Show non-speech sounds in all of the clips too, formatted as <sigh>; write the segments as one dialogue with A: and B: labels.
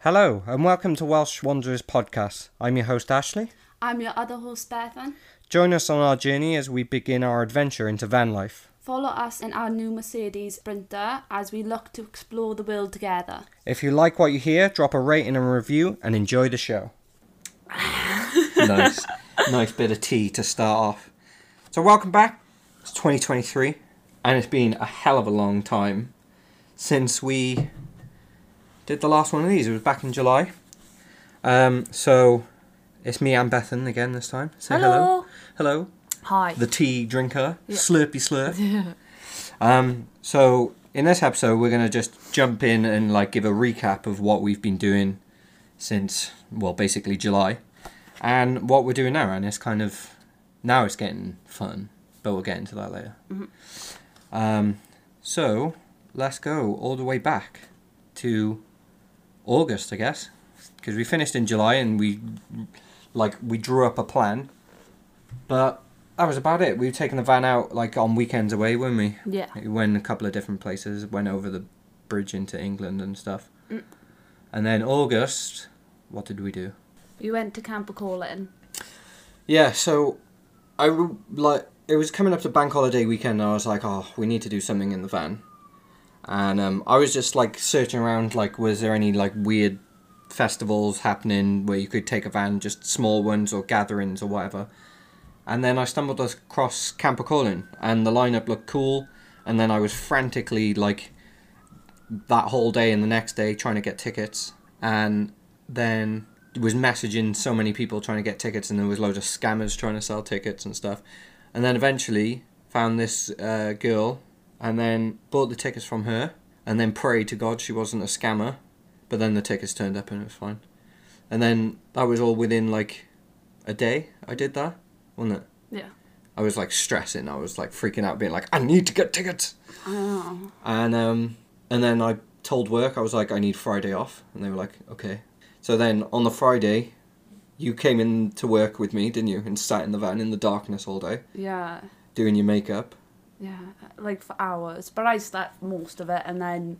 A: Hello, and welcome to Welsh Wanderers Podcast. I'm your host, Ashley.
B: I'm your other host, Bethan.
A: Join us on our journey as we begin our adventure into van life.
B: Follow us in our new Mercedes Sprinter as we look to explore the world together.
A: If you like what you hear, drop a rating and review and enjoy the show.
C: <laughs> nice, nice bit of tea to start off. So welcome back. It's 2023, and it's been a hell of a long time since we did the last one of these. It was back in July. Um, so it's me and Bethan again this time. Say hello. Hello.
D: Hi.
C: The tea drinker, slurpy slurp. um, so in this episode, we're gonna just jump in and like give a recap of what we've been doing since well, basically July, and what we're doing now. And it's kind of now it's getting fun, but we'll get into that later. Um, so let's go all the way back to August, I guess, because we finished in July and we like we drew up a plan, but that was about it. We've taken the van out like on weekends away, weren't we?
D: Yeah.
C: We went a couple of different places, went over the bridge into England and stuff, and then August. What did we do?
D: You went to Camper Calling.
C: Yeah, so I re- like it was coming up to bank holiday weekend, and I was like, oh, we need to do something in the van, and um, I was just like searching around, like, was there any like weird festivals happening where you could take a van, just small ones or gatherings or whatever, and then I stumbled across Camper Calling, and the lineup looked cool, and then I was frantically like that whole day and the next day trying to get tickets and then was messaging so many people trying to get tickets and there was loads of scammers trying to sell tickets and stuff and then eventually found this uh, girl and then bought the tickets from her and then prayed to god she wasn't a scammer but then the tickets turned up and it was fine and then that was all within like a day i did that wasn't it
D: Yeah.
C: i was like stressing i was like freaking out being like i need to get tickets
B: Oh,
C: and um, and then I told work I was like I need Friday off, and they were like okay. So then on the Friday, you came in to work with me, didn't you? And sat in the van in the darkness all day
D: Yeah.
C: doing your makeup.
D: Yeah. Like for hours. But I slept most of it and then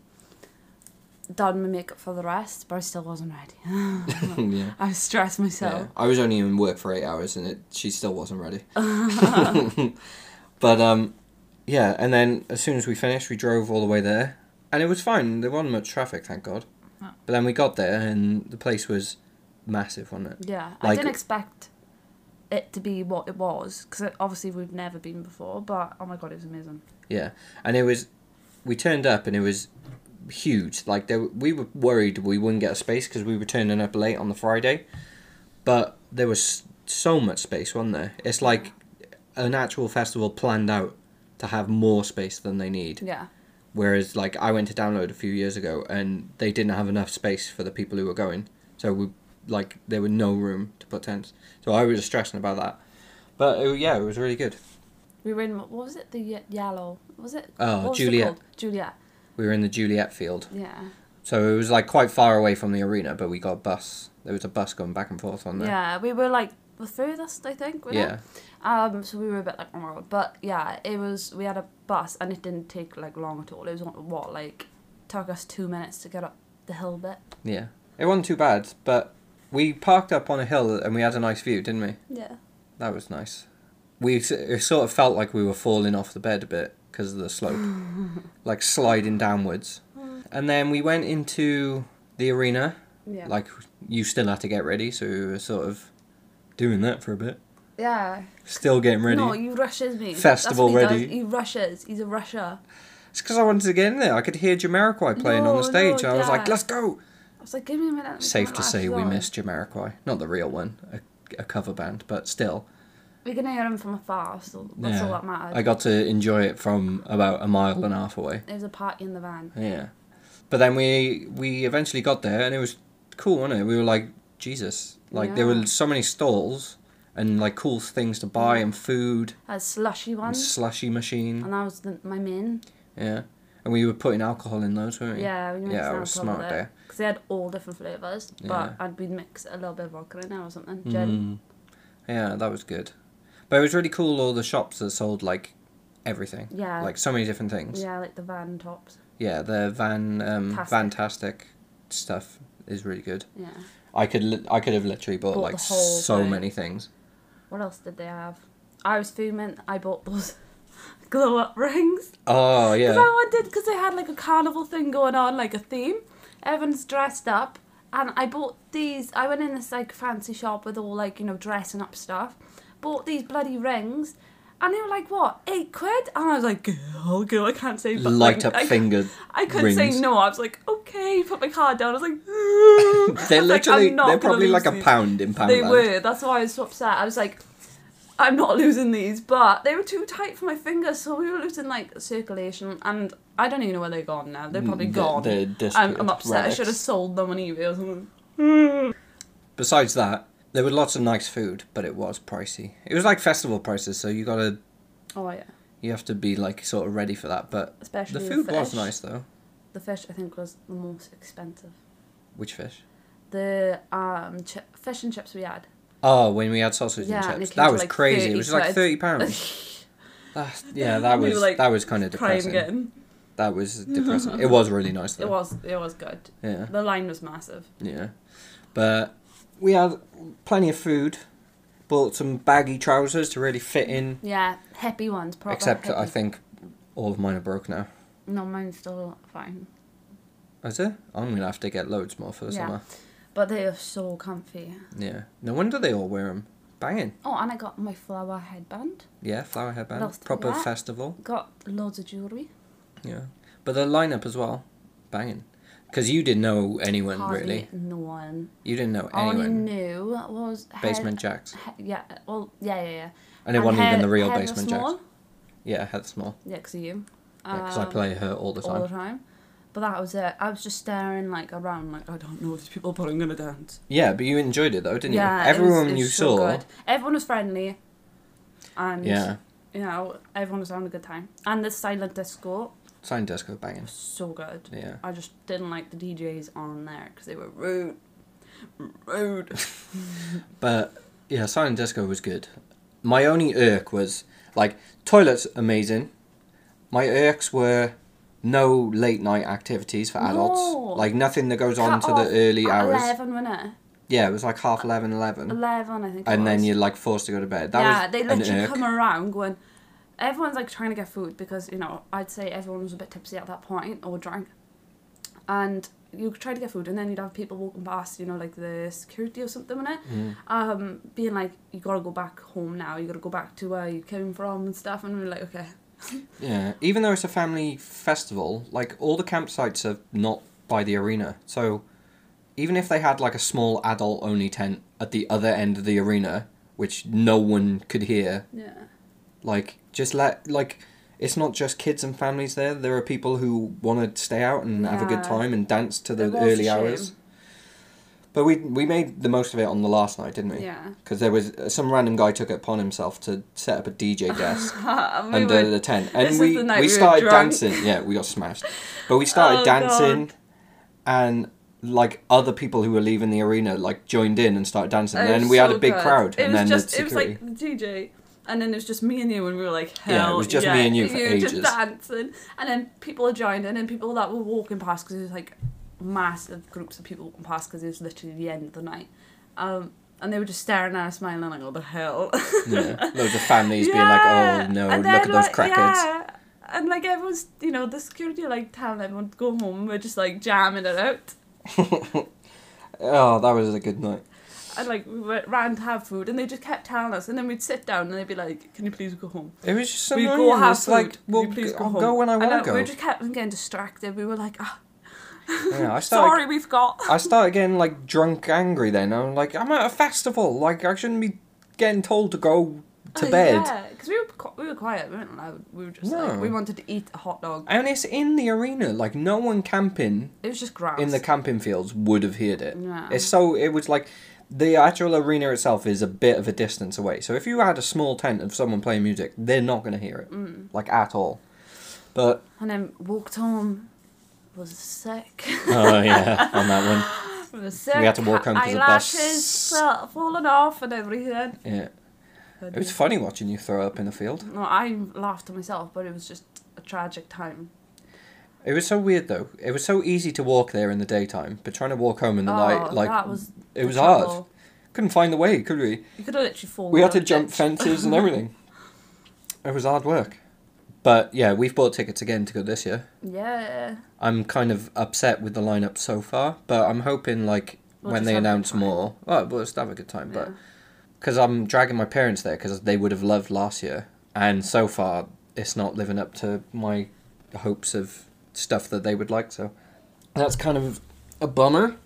D: done my makeup for the rest, but I still wasn't ready. <laughs>
C: <laughs> yeah.
D: I stressed
C: yeah.
D: myself.
C: I was only in work for eight hours, and it she still wasn't ready. <laughs> but um, yeah. And then as soon as we finished, we drove all the way there, and it was fine. There wasn't much traffic, thank God. But then we got there, and the place was massive, wasn't it?
D: Yeah. I
C: Like-
D: didn't expect it to be what it was because obviously we've never been before, but oh my god, it was amazing.
C: Yeah, and it was, we turned up and it was huge. Like there, we were worried we wouldn't get a space because we were turning up late on the Friday, but there was so much space, wasn't there? It's like an actual festival planned out to have more space than they need.
D: Yeah.
C: Whereas, like I went to download a few years ago and they didn't have enough space for the people who were going, so we like there was no room to put tents. So I was stressing about that, but it, yeah, it was really good.
D: We were in, what was it? The ye- yellow. Was it?
C: Oh,
D: what was it
C: Juliet.
D: called? Juliet.
C: We were in the Juliet Field.
D: Yeah.
C: So it was like quite far away from the arena, but we got a bus. There was a bus going back and forth on there.
D: Yeah. We were like the furthest, I think. weren't we?
C: Yeah.
D: Um, so we were a bit like, oh, but yeah, it was. We had a bus, and it didn't take like long at all. It was what like took us two minutes to get up the hill bit.
C: Yeah. It wasn't too bad, but we parked up on a hill and we had a nice view, didn't we?
D: Yeah.
C: That was nice. We s- it sort of felt like we were falling off the bed a bit because of the
D: <laughs>
C: slope, like sliding downwards. And then we went into the arena.
D: Yeah.
C: Like you still had to get ready, so we were sort of doing that for a bit.
D: yeah.
C: Still getting ready.
D: No, you rushes me.
C: Festival
D: That's what he
C: ready.
D: Does. He rushes. He's a rusher.
C: It's because I wanted to get in there. I could hear Jamiroquai playing on the
D: No,
C: stage.
D: no,
C: I was like,
D: yeah.
C: "Let's go!"
D: I was like, give me a minute. let me
C: Safe
D: put
C: to
D: my
C: say
D: glasses
C: we
D: on."
C: missed Jamiroquai. Not the real one, a, a cover band, but still.
D: We can hear him from afar, so that's all that mattered.
C: I got to enjoy it from about a mile and a half away.
D: There was a party in the van.
C: Yeah. But then we we eventually got there and it was cool, wasn't it? We were like, Jesus. Like, there
D: Yeah. Mm.
C: were so many stalls and like cool things to buy and food
D: I had slushy
C: and
D: ones,
C: slushy machine.
D: and that was the, my main.
C: Yeah. And we were putting alcohol in those, weren't we?
D: Yeah, we mixed
C: Yeah,
D: that
C: I
D: up
C: was
D: a little
C: smart
D: bit.
C: there.
D: 'Cause they had all different flavours,
C: Yeah. Mm.
D: but I'd be mix a little bit of vodka in there or something. Gin.
C: Yeah, that was good. But it was really cool all the shops that sold like everything.
D: Yeah.
C: Like so many different things.
D: Yeah, like the van tops.
C: Yeah, the van um
D: Tastic.
C: fantastic stuff is really good.
D: Yeah.
C: I could li- I could have literally bought,
D: Bought
C: like
D: the whole
C: so
D: thing.
C: many things.
D: What else did they have? Irish food mint. I bought those <laughs> glow up rings.
C: Oh yeah.
D: Because I wanted, because they had like a carnival thing going on, like a theme. Everyone's dressed up, and I bought these. I went in this like fancy shop with all like you know dressing up stuff. Bought these bloody rings, and they were like what eight quid, and I was like, girl, girl, I can't say. but,
C: Light
D: like,
C: up
D: I, <laughs>
C: finger.
D: I couldn't
C: rings.
D: say no. I was like, okay, put my card down. I was
C: <laughs>
D: like,
C: They're
D: I was like,
C: literally
D: "I'm not
C: they're
D: gonna
C: probably
D: lose
C: like a
D: these."
C: pound in pound.
D: They were. That's why I was so upset. I was like, I'm not losing these, but they were too tight for my fingers, so we were losing like circulation, and I don't even know where they're gone now. They're probably gone.
C: Mm, They're
D: I'm,
C: disappeared
D: I'm upset. I
C: relics.
D: should have sold them on eBay or something.
C: Besides that, there was lots of nice food, but it was pricey. It was like festival prices, so you gotta
D: Oh yeah,
C: you have to be like sort of ready for that. But
D: especially
C: the food
D: fish.
C: was nice though.
D: The fish I think was the most expensive.
C: Which fish?
D: The um chi- fish and chips we had.
C: Oh, when we had sausage
D: Yeah, and
C: and
D: it
C: chips,
D: came
C: that
D: to,
C: was
D: like,
C: crazy. It
D: 30
C: was like
D: quid.
C: thirty
D: <laughs>
C: pounds. That's, yeah, that
D: We
C: was
D: were, like,
C: that was kind of
D: Crying
C: depressing.
D: again.
C: That
D: <laughs>
C: was depressing. it was really nice though.
D: It was. It was good.
C: Yeah,
D: The line was massive.
C: yeah. But we had plenty of food. Bought some baggy trousers to really fit in.
D: Yeah, happy ones. Proper
C: Except I
D: hippie.
C: think all of mine are broke now.
D: no, mine's still fine.
C: Is it? I'm gonna have to get loads more for the
D: Yeah.
C: summer.
D: But they are so comfy.
C: Yeah. No wonder they all wear them. Banging.
D: Oh, and I got my flower headband.
C: Yeah, flower headband.
D: Lost
C: Proper
D: that.
C: festival.
D: Got loads of jewellery.
C: Yeah. But the lineup as well. Banging. Because you didn't know anyone
D: Hardly
C: really.
D: No one.
C: You didn't know
D: I only
C: anyone.
D: knew was head,
C: Basement Jacks.
D: he- yeah. Well, yeah, yeah, yeah.
C: And it wasn't
D: Heather-
C: even the real
D: Heather
C: Basement
D: Small.
C: Jacks. Yeah, Heather Small.
D: Yeah, 'cause of you.
C: Because I
D: Um,
C: play her all the time.
D: all the time. But that was it. I was just staring like around, like I don't know these people, but I'm gonna dance.
C: Yeah, but you enjoyed it though, didn't
D: yeah,
C: you?
D: it was-
C: Everyone
D: it was
C: you
D: so
C: saw.
D: good. Everyone was friendly. And
C: Yeah.
D: you know, everyone was having a good time. And the silent disco,
C: Sign disco banging.
D: so good.
C: Yeah.
D: I just didn't like the DJs on there because they were rude. Rude.
C: But yeah, silent disco was good. My only irk was like toilets amazing. My irks were no late night activities for adults.
D: No.
C: Like nothing that goes on
D: Cut
C: to the
D: off
C: early
D: at
C: hours.
D: 11, wasn't it?
C: Yeah, it was like half 11, 11.
D: 11, I think. it
C: And then
D: was.
C: you're like forced to go to bed. That
D: yeah,
C: was
D: they
C: an
D: literally
C: irk.
D: come around going. Everyone's like trying to get food because you know I'd say everyone was a bit tipsy at that point or drank, and you try to get food and then you'd have people walking past you know like the security or something in it,
C: Mm.
D: um, being like you gotta go back home now you gotta go back to where you came from and stuff and we're like okay
C: Yeah, even though it's a family festival, like all the campsites are not by the arena. So even if they had like a small adult only tent at the other end of the arena, which no one could hear,
D: yeah
C: like just let like it's not just kids and families there. There are people who want to stay out and have a good
D: Yeah.
C: time and dance to the
D: It was a
C: early
D: shame.
C: hours. But we we made the most of it on the last night, didn't we?
D: yeah
C: Because there was uh, some random guy took it upon himself to set up a DJ desk
D: <laughs> and we
C: under
D: were-
C: the tent,
D: this
C: and
D: is
C: we
D: the night
C: we
D: we were
C: started
D: drunk.
C: dancing. Yeah, we got smashed, but
D: <laughs>
C: we started
D: Oh,
C: dancing, and like other people who were leaving the arena like joined in and started dancing. And
D: It
C: then
D: was
C: we had
D: Oh, so
C: a big
D: good.
C: crowd,
D: It
C: and
D: was
C: then
D: just
C: the
D: it was
C: security.
D: like the DJ, and then it was just me and you, and we were like,
C: Yeah, it
D: hell,
C: was just me and you for ages.
D: just dancing, and then people joined, and then people that were walking past because it was like massive groups of people walking past because it was literally the end of the night, um, and they were just staring at us, smiling like, oh the hell, <laughs>
C: yeah, loads of families being like, "Oh no,
D: And
C: look at
D: then,
C: those
D: like,
C: crackheads."
D: Yeah. And like everyone's, you know, the security like telling everyone to go home. We're just like jamming it out.
C: Oh, that was a good night.
D: and like we went round to have food, and they just kept telling us, and then we'd sit down, and they'd be like, "Can you please go home?
C: It was just so
D: we
C: annoying.
D: go have
C: it's
D: food.
C: like,
D: Can
C: well,
D: you please go
C: I'll
D: home?"
C: go when I
D: And,
C: want
D: uh,
C: to go.
D: We just kept on getting distracted. We were like, "Ah,
C: Yeah,
D: <laughs>
C: I started.
D: sorry, we forgot."
C: I started getting like drunk, angry. Then I'm like, I'm at a festival. Like I shouldn't be getting told to go
D: <laughs>
C: to bed.
D: Oh, yeah, because we were qu- we were quiet. We weren't loud. We were just
C: No.
D: like we wanted to eat a hot dog.
C: And it's in the arena. Like no one camping
D: It was just grass.
C: in the camping fields would have heard it.
D: Yeah.
C: It's so it was like the actual arena itself is a bit of a distance away. So if you had a small tent of someone playing music, they're not going to hear it
D: Mm.
C: like at all. But
D: and then walked home. Was sick.
C: <laughs>
D: <laughs>
C: oh yeah, on that one.
D: was sick.
C: had to walk home 'cause the bus-
D: Eyelashes uh, falling off and everything.
C: Yeah. It was funny watching you throw up in the field.
D: No, I laughed to myself, but it was just a tragic time.
C: It was so weird though. It was so easy to walk there in the daytime, but trying to walk home in the night,
D: Oh,
C: like
D: that was
C: it was
D: the
C: hard.
D: trouble.
C: Couldn't find the way, could we?
D: You could have literally fallen.
C: We had
D: down
C: to
D: a
C: jump
D: ditch.
C: fences and everything. It was hard work. But yeah, we've bought tickets again to go this year.
D: Yeah.
C: I'm kind of upset with the lineup so far, but I'm hoping like
D: We'll
C: when
D: just
C: they
D: have a good
C: announce
D: time.
C: more, well, we'll just have a good time. But
D: Yeah.
C: because I'm dragging my parents there because they would have loved last year, and so far it's not living up to my hopes of stuff that they would like. So that's kind of a bummer.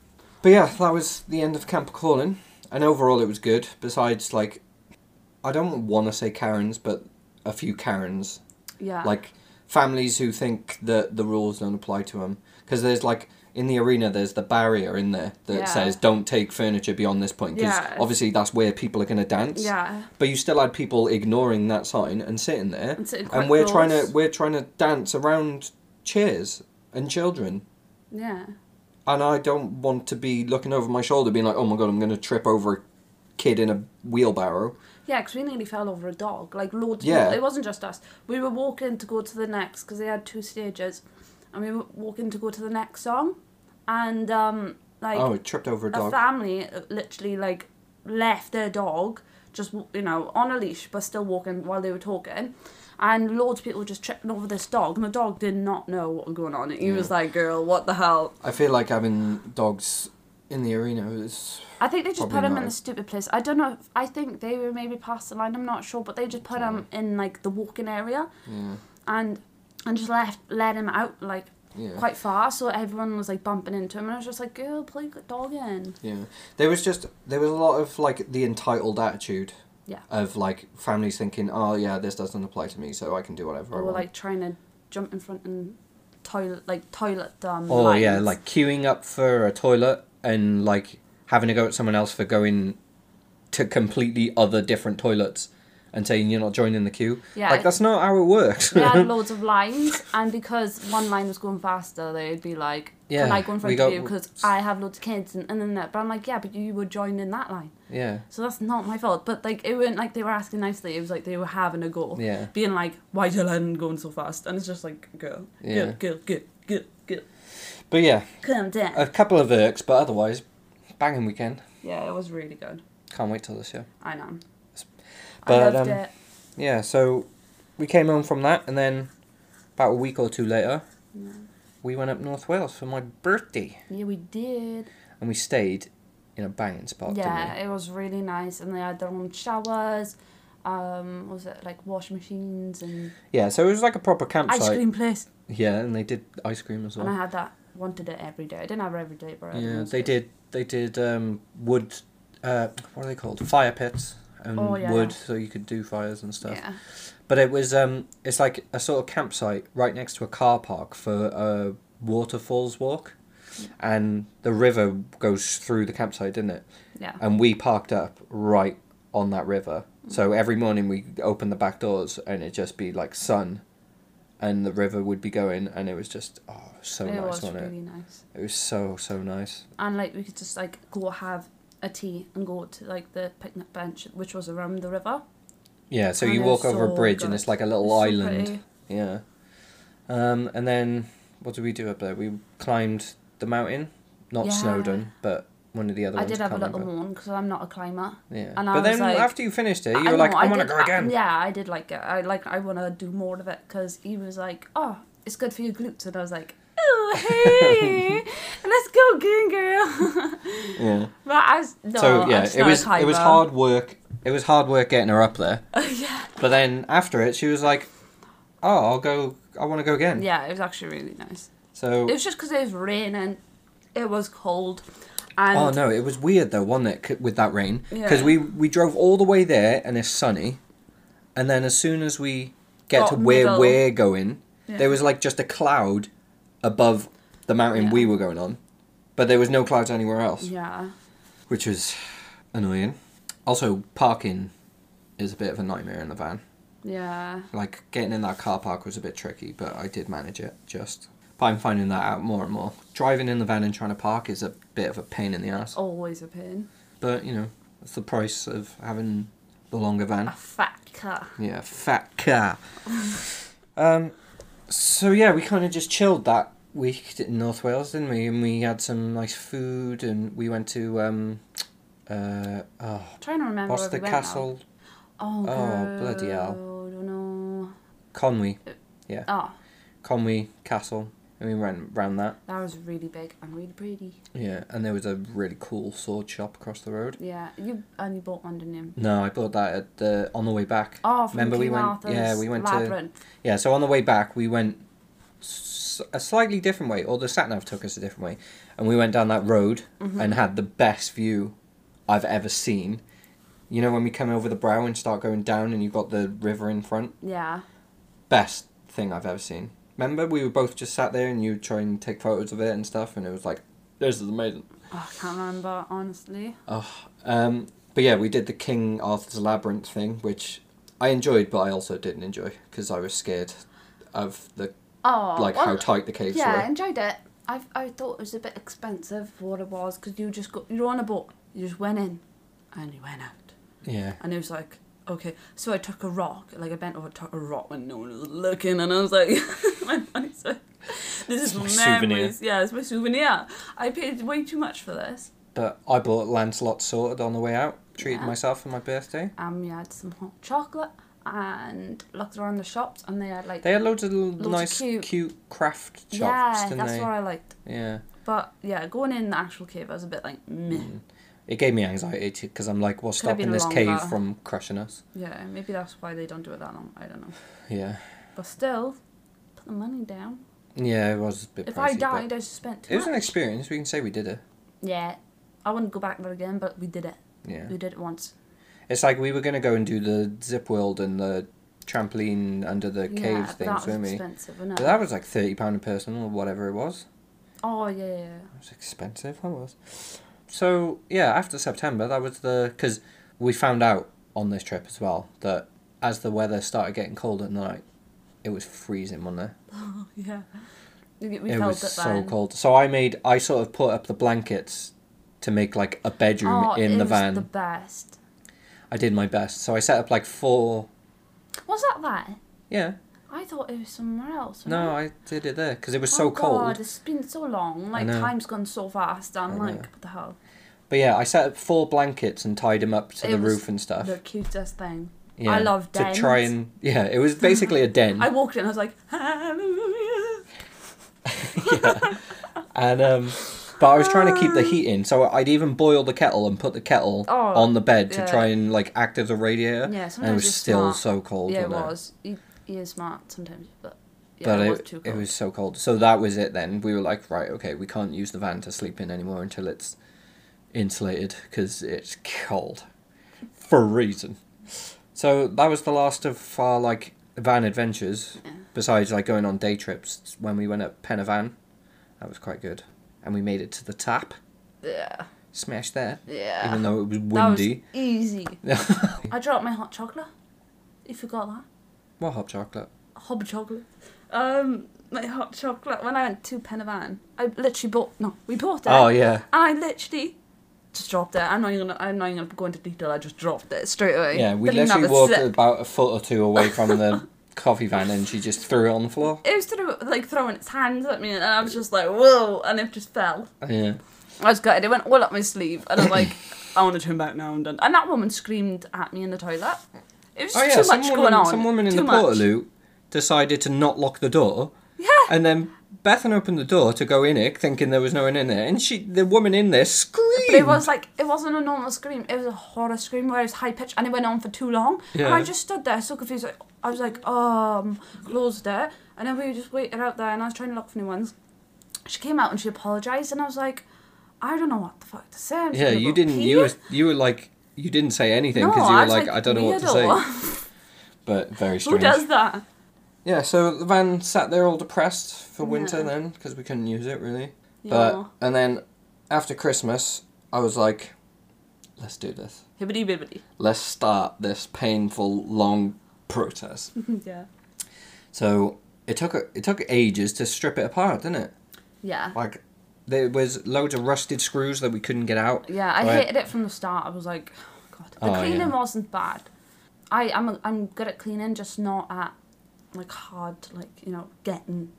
C: But yeah, that was the end of Camp Calling, and overall it was good. Besides, like, I don't want to say Karens, but a few Karens
D: Yeah.
C: like families who think that the rules don't apply to them because there's like in the arena there's the barrier in there that
D: Yeah.
C: says don't take furniture beyond this point because
D: Yeah.
C: obviously that's where people are going to dance
D: Yeah.
C: but you still had people ignoring that sign and sitting there
D: And sitting quite
C: and we're trying to
D: close.
C: we're trying to dance around chairs and children
D: Yeah.
C: and I don't want to be looking over my shoulder being like oh my god I'm going to trip over a kid in a wheelbarrow
D: Yeah, because we nearly fell over a dog. Like loads.
C: Yeah.
D: Of people. It wasn't just us. We were walking to go to the next because they had two stages, and we were walking to go to the next song, and um like
C: oh it tripped over a
D: a
C: dog
D: family uh, literally like left their dog just you know on a leash but still walking while they were talking and loads of people just tripping over this dog and the dog did not know what was going on he was like girl what the hell
C: I feel like having dogs in the arena is
D: i think they just
C: Probably
D: put him
C: not.
D: in a stupid place i don't know if, i think they were maybe past the line i'm not sure but they just put him in like the walking area
C: yeah
D: and and just left let him out like
C: yeah
D: quite far so everyone was like bumping into him and i was just like girl play your dog in
C: Yeah, there was just there was a lot of like the entitled attitude
D: yeah
C: of like families thinking, oh yeah, this doesn't apply to me, so I can do whatever I
D: or
C: want.
D: like trying to jump in front and toilet like toilet um
C: oh yeah,
D: lines.
C: like queuing up for a toilet and like having to go at someone else for going to completely other different toilets and saying you're not joining the queue.
D: Yeah,
C: like
D: it-
C: that's not how it
D: <laughs>
C: works.
D: we had loads of lines and because one line was going faster they'd be like
C: Yeah,
D: can i go in
C: we
D: front
C: got-
D: of you because i have loads of kids and, and then that but i'm like yeah but you were joined in that line
C: <laughs> yeah,
D: so that's not my fault but like it weren't like they were asking nicely it was like they were having a go
C: Yeah.
D: being like why is your line going so fast and it's just like girl
C: Yeah.
D: girl girl girl girl girl
C: but yeah,
D: calm down
C: a couple of irks, but otherwise, banging weekend.
D: yeah it was really good
C: Can't wait till this year.
D: i know i
C: But,
D: loved
C: um,
D: it
C: Yeah, so we came home from that, and then about a week or two later, we went up North Wales for my birthday,
D: yeah we did
C: and we stayed in a banging spot.
D: Yeah,
C: didn't
D: it was really nice, and they had their own showers. Um, what was it like washing machines and
C: we? yeah. So it was like a proper campsite.
D: ice cream place?
C: Yeah, and they did ice cream as well.
D: And I had that. Wanted it every day. I didn't have it every day, but I
C: yeah,
D: almost
C: they did. They did um, wood. Uh, what are they called? Fire pits and
D: Oh, yeah.
C: wood, so you could do fires and stuff.
D: Yeah,
C: But it was um, it's like a sort of campsite right next to a car park for a waterfalls walk, and the river goes through the campsite, didn't it?
D: yeah,
C: And we parked up right on that river. So every morning we opened the back doors, and it'd just be like sun, and the river would be going, and it was just oh so
D: it
C: nice,
D: was
C: wasn't
D: really nice.
C: it? It was so so nice.
D: And like we could just like go have a tea and go to like the picnic bench, which was around the river.
C: Yeah. So
D: And
C: you
D: it
C: walk
D: was
C: over a
D: so
C: bridge, and
D: good.
C: it's like a little
D: So
C: island.
D: pretty.
C: Yeah. Um, and then what did we do up there? We climbed the mountain, not
D: Yeah.
C: Snowdon, but one of the other
D: I
C: ones.
D: did have a
C: can't
D: little
C: remember.
D: mourn because I'm not a climber.
C: Yeah.
D: and I
C: but
D: was
C: then
D: like-
C: after you finished it, you
D: I
C: were like,
D: know,
C: I,
D: I
C: want to
D: did-
C: go
D: I-
C: again.
D: yeah, I did like it. I like. I want to do more of it because he was like, "Oh, it's good for your glutes," and I was like, "Oh, <laughs> hey, let's go, again, girl." <laughs>
C: Yeah.
D: but I was no.
C: so
D: I'm
C: yeah,
D: just
C: it
D: not a
C: was it was
D: climber.
C: hard work. It was hard work getting her up there.
D: <laughs> yeah,
C: But then after it, she was like, "Oh, I'll go. I want to go again."
D: yeah, it was actually really nice.
C: So
D: It was just because it was raining, it was cold, and
C: Oh no, it was weird though, wasn't it, c- with that rain? Because
D: Yeah.
C: we we drove all the way there and it's sunny, and then as soon as we get
D: Got
C: to where
D: middle.
C: we're going,
D: Yeah.
C: there was like just a cloud above the mountain
D: Yeah.
C: we were going on, but there was no clouds anywhere else,
D: yeah,
C: which was annoying. Also, parking is a bit of a nightmare in the van.
D: yeah,
C: Like getting in that car park was a bit tricky, but I did manage it just. But I'm finding that out more and more. Driving in the van and trying to park is a bit of a pain in the ass.
D: always a pain.
C: But you know, that's the price of having the longer
D: A
C: van.
D: fat cat. <laughs>
C: Yeah, fat car. um, So yeah, we kind of just chilled that week in North Wales, didn't we? And we had some nice food, and we went to um, uh, oh,
D: I'm trying to remember.
C: what's
D: where
C: the
D: we went
C: castle?
D: now. Oh,
C: Oh, bloody hell.
D: I don't know.
C: Conwy,
D: Oh,
C: Conwy Castle, and we went round that.
D: that was really big and really pretty.
C: Yeah, and there was a really cool sword shop across the road.
D: Yeah, you and you bought one, didn't you?
C: No, I bought that at the on the way back.
D: Oh, from
C: Remember
D: King
C: we went-
D: Arthur's
C: yeah, we went to-
D: labyrinth.
C: Yeah, so on the way back we went s- a slightly different way, or the sat nav took us a different way, and we went down that road
D: Mm-hmm.
C: and had the best view I've ever seen. You know when we come over the brow and start going down, and you've got the river in front.
D: Yeah,
C: Best thing I've ever seen. Remember we were both just sat there, and you try and take photos of it and stuff, and it was like, this is amazing.
D: oh, I can't remember honestly.
C: Um, but yeah, we did the King Arthur's Labyrinth thing, which I enjoyed, but I also didn't enjoy because I was scared of the
D: Oh,
C: like how
D: well,
C: tight the caves
D: Yeah, I
C: were.
D: enjoyed it. I I thought it was a bit expensive for what it was because you just go you're on a boat, you just went in, and you went out,
C: Yeah,
D: and it was like okay. So I took a rock, like I bent over, took a rock when no one was looking, and I was like, <laughs> my money's like, this is
C: my
D: memories.
C: souvenir.
D: Yeah, it's my souvenir. I paid way too much for this.
C: but I bought Lancelot sorted on the way out. Treated
D: Yeah.
C: myself for my birthday.
D: Um, we had some hot chocolate and looked around the shops, and they had like
C: They had loads of little
D: of
C: nice,
D: cute-
C: cute. craft shops,
D: yeah,
C: didn't
D: that's
C: they?
D: what I liked.
C: Yeah,
D: But yeah, going in the actual cave, I was a bit like meh.
C: Mm. it gave me anxiety because I'm like, what's
D: Could have
C: stopping
D: been
C: this cave
D: longer.
C: from crushing us?
D: Yeah, maybe that's why they don't do it that long. I don't know.
C: Yeah,
D: But still, put the money down.
C: yeah, it was a bit.
D: If
C: pricey,
D: I
C: but
D: died, I just spent too
C: it was an
D: much.
C: experience. We can say we did it.
D: Yeah, I wouldn't go back there again, but we did it.
C: Yeah.
D: We did it once.
C: It's like we were gonna go and do the zip world and the trampoline under the
D: yeah,
C: cave
D: but
C: things,
D: that was
C: weren't we?
D: expensive, wasn't
C: But
D: it?
C: that was like thirty pound a person or whatever it was.
D: Oh yeah, yeah, yeah.
C: It was expensive. That was. So yeah, after September, that was the because we found out on this trip as well that as the weather started getting cold at night, it was freezing, wasn't it?
D: Oh, yeah. <laughs> We, we
C: it
D: felt
C: was
D: it
C: so
D: then.
C: cold. So I made I sort of put up the blankets to make like a bedroom
D: Oh,
C: in
D: it
C: the
D: was
C: van.
D: the best.
C: I did my best. So I set up like four.
D: Was that that?
C: Yeah.
D: I thought it was somewhere else.
C: No,
D: wasn't it?
C: I did it there because it was
D: Oh
C: so cold.
D: God, it's been so long. Like
C: know.
D: time's gone so fast. I'm
C: I
D: like,
C: know.
D: what the hell?
C: But yeah, I set up four blankets and tied them up to
D: It
C: the
D: was
C: roof and stuff.
D: The cutest thing.
C: yeah,
D: I love
C: to try
D: dens.
C: and yeah, it was basically a den.
D: I walked in. I was like, hallelujah.
C: and um, but I was trying to keep the heat in, so I'd even boil the kettle and put the kettle
D: Oh,
C: on the bed to
D: yeah.
C: try and like act as a radiator.
D: Yeah,
C: and it
D: sometimes
C: was
D: you're
C: still
D: smart.
C: so cold.
D: Yeah, it
C: wasn't
D: was. He, he is smart sometimes, but yeah,
C: But
D: it,
C: it,
D: was too cold.
C: it was so cold. So that was it then. We were like, right, okay, we can't use the van to sleep in anymore until it's insulated because it's cold. For a reason. So that was the last of our like van adventures. Besides like going on day trips when we went up Penavan. That was quite good. And we made it to the tap.
D: yeah,
C: Smashed there.
D: yeah.
C: Even though it was
D: that was
C: windy.
D: easy.
C: <laughs>
D: I dropped my hot chocolate. You forgot that
C: what hot chocolate?
D: hob chocolate. Um, my hot chocolate. When I went to Penavan, I literally bought. No, we bought it.
C: Oh yeah.
D: And I literally just dropped it. I'm not even. Gonna, I'm not even gonna go into detail. I just dropped it straight away.
C: Yeah, we
D: Didn't even have
C: literally
D: a
C: walked
D: sip.
C: about a foot or two away from
D: <laughs>
C: the coffee van and she just threw it on the floor.
D: It was sort of like throwing its hands at me, and I was just like, "Whoa!" and it just fell.
C: Yeah.
D: I was gutted. It went all up my sleeve, and I'm
C: <laughs>
D: like, I want to turn back now. I'm done. And that woman screamed at me in the toilet. It was
C: Oh yeah,
D: too
C: some
D: much
C: woman,
D: going on.
C: some woman in
D: too
C: the
D: much.
C: Portaloo decided to not lock the door,
D: Yeah.
C: and then Bethan opened the door to go in it, thinking there was no one in there, and she, the woman in there, screamed.
D: But it was like it wasn't a normal scream. It was a horror scream where it was high pitched and it went on for too long. And
C: Yeah.
D: I just stood there so confused. Like, I was like, um, closed it. And then we were just waiting out there and I was trying to look for new ones. She came out and she apologised and I was like, I don't know what the fuck to say. I'm just
C: yeah,
D: gonna
C: you
D: go
C: didn't.
D: pee.
C: You were, you were like, you didn't say anything
D: No,
C: because you were
D: was
C: like, I don't know what to say.
D: <laughs> weirdo.
C: But very
D: <laughs> Who
C: strange.
D: does that?
C: Yeah, so the van sat there all depressed for winter
D: Yeah.
C: then because we couldn't use it really.
D: Yeah.
C: But and then after Christmas, I was like, let's do this.
D: Hibbity bibbity.
C: Let's start this painful long process.
D: <laughs> yeah.
C: So it took it took ages to strip it apart, didn't it?
D: Yeah.
C: Like there was loads of rusted screws that we couldn't get out.
D: Yeah, I
C: Right.
D: hated it from the start. I was like, oh, God. The
C: Oh,
D: cleaning
C: yeah.
D: wasn't bad. I, I'm, a, I'm good at cleaning, just not at like hard to like you know getting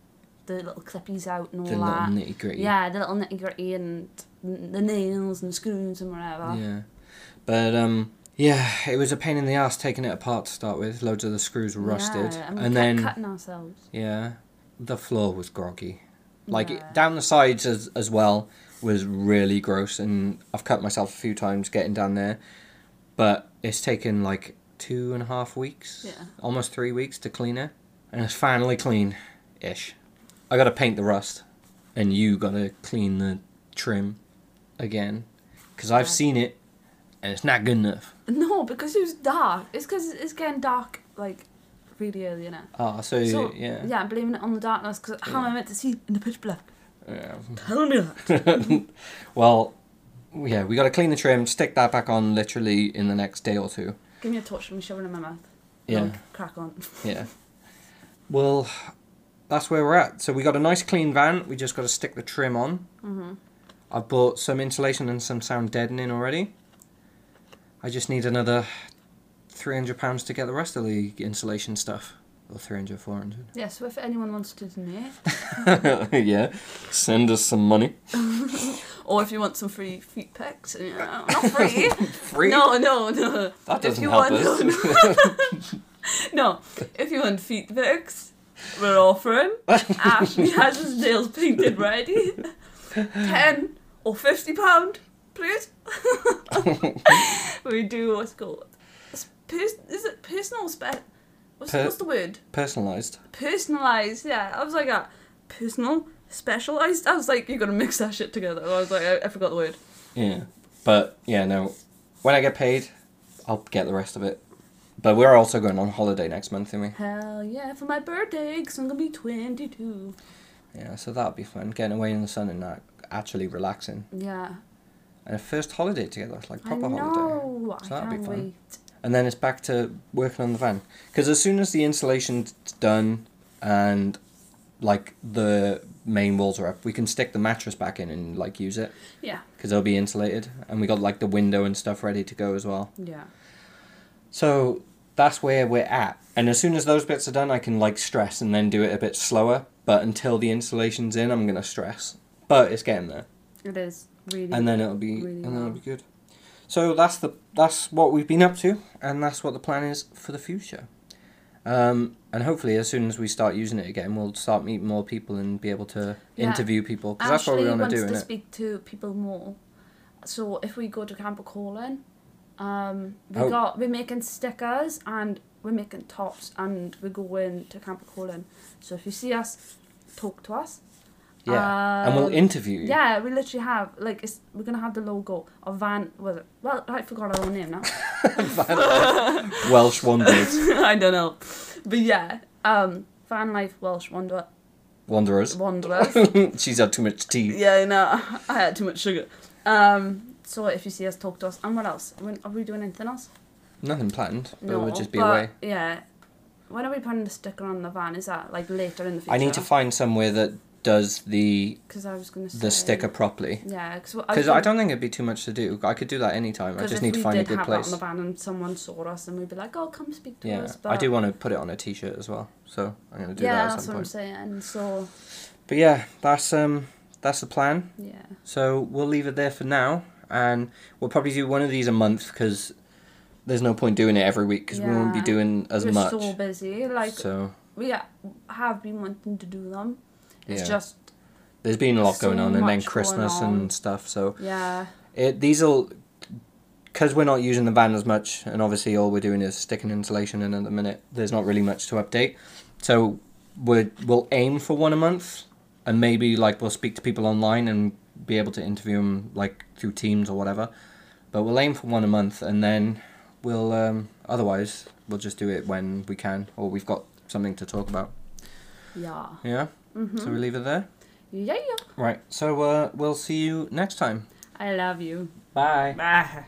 D: the little clippies out and all
C: the little
D: that.
C: nitty gritty.
D: Yeah, the little nitty gritty and the nails and screws and whatever.
C: Yeah. But um yeah, it was a pain in the ass taking it apart to start with. Loads of the screws were rusted.
D: Yeah,
C: and
D: we kept
C: then
D: cutting ourselves.
C: yeah, the floor was groggy. Like
D: Yeah.
C: down the sides as as well was really gross and I've cut myself a few times getting down there. But it's taken like two and a half weeks.
D: Yeah.
C: Almost three weeks to clean it. And it's finally clean ish. I gotta paint the rust and you gotta clean the trim again. Because I've
D: Yeah.
C: seen it and it's not good enough.
D: No, because it was dark. It's because it's getting dark like really early, innit?
C: Ah, so,
D: So,
C: yeah.
D: Yeah, I'm blaming it on the darkness because how am I meant to see in the pitch black?
C: Yeah.
D: Tell me that.
C: Well, yeah, we gotta clean the trim, stick that back on literally in the next day or two.
D: Give me a torch and me shoving it in my mouth.
C: Yeah.
D: Like, crack on.
C: Yeah. Well, that's where we're at. So we got a nice clean van. We just got to stick the trim on.
D: hmm
C: I've bought some insulation and some sound deadening already. I just need another three hundred pounds to get the rest of the insulation stuff, or 300, 400.
D: Yeah, so if anyone wants to donate,
C: <laughs> yeah, send us some money.
D: or if you want some free feet pics, you know,
C: <laughs>
D: not free.
C: Free?
D: No, no, no.
C: that
D: If
C: doesn't
D: you
C: help
D: want-
C: us.
D: No, <laughs> no. No, if you want feet pics,
C: <laughs>
D: we're offering. Ashley has his nails painted ready. Ten or fifty pound,
C: <laughs>
D: please. <laughs> we do what's called. it's Pers- is it personal spec? What's,
C: Per-
D: what's the word?
C: <laughs> Personalized.
D: personalized. Yeah, I was like, uh, personal, specialized. I was like, you gotta mix that shit together. I was like, I, I forgot the word.
C: Yeah. But yeah, no. When I get paid, I'll get the rest of it. But we're also going on holiday next month, aren't we?
D: Hell yeah, for my birthday, because I'm gonna be 22.
C: Yeah, so that'll be fun. Getting away in the sun and that actually relaxing.
D: Yeah,
C: And a first holiday together, like proper
D: I know.
C: holiday.
D: I
C: So that'd be
D: can't
C: fun.
D: wait.
C: And then it's back to working on the van. Because as soon as the insulation's done and like the main walls are up, we can stick the mattress back in and like use it
D: Yeah,
C: because it'll be insulated. And we got like the window and stuff ready to go as well.
D: yeah.
C: So that's where we're at. And as soon as those bits are done, I can like stress and then do it a bit slower. But until the insulation's in, I'm gonna stress. But it's getting there.
D: It is really.
C: and then it'll be
D: really
C: and then it'll
D: well.
C: be good. So that's the that's what we've been up to, and that's what the plan is for the future. Um, and hopefully, as soon as we start using it again, we'll start meeting more people and be able to
D: Yeah.
C: interview people because that's what
D: Ashley
C: we want
D: wants
C: to do,
D: to
C: innit?
D: speak to people more. So if we go to Camper Colin, um, we
C: Oh.
D: got we're making stickers and we're making tops and we're going to Camper Colin. So if you see us, talk to us.
C: Yeah, and we'll
D: Um,
C: interview you.
D: Yeah, we literally have like it's, we're gonna have the logo of Van. Was it? Well, I forgot our
C: <laughs>
D: own name now. <laughs>
C: Welsh wanderers,
D: I don't know, but yeah, um, Van Life Welsh Wander-
C: <laughs> wanderers. <laughs>
D: Wanderers.
C: She's had too much tea.
D: Yeah, you know, <laughs> I had too much sugar. Um, so if you see us, talk to us. And what else? When, are we doing anything else?
C: Nothing planned, but we'll just be
D: but,
C: away.
D: Yeah. When are we putting the sticker on the van? Is that like later in the future?
C: I need to find somewhere that does the
D: Because I was gonna. Say,
C: the sticker properly.
D: Yeah, because
C: Because I don't think it'd be too much to do. I could do that anytime. I just need to find a good place.
D: That on the van and someone saw us, and we'd be like, "Oh, come speak to
C: Yeah,
D: us."
C: I do want to put it on a T-shirt as well, so I'm gonna do
D: yeah,
C: that at
D: that's
C: some
D: what I'm
C: point.
D: saying. So
C: But yeah, that's um, that's the plan.
D: yeah,
C: So we'll leave it there for now, and we'll probably do one of these a month because there's no point doing it every week because we won't be
D: Yeah.
C: doing as
D: we're
C: much.
D: so busy. Like
C: so
D: we ha- have been wanting to do them. It's
C: Yeah.
D: just
C: there's been a lot
D: so
C: going on, and then
D: much going
C: Christmas
D: on.
C: and stuff. So
D: yeah,
C: it these'll because we're not using the van as much, and obviously all we're doing is sticking insulation in at the minute. There's not really much to update, so we're, we'll aim for one a month, and maybe like we'll speak to people online and be able to interview them like through Teams or whatever. But we'll aim for one a month, and then we'll um, otherwise we'll just do it when we can or we've got something to talk about.
D: yeah,
C: Yeah. So we leave it there.
D: yeah, yeah.
C: Right. So uh, we'll see you next time.
D: I love you.
C: Bye.
D: Bye.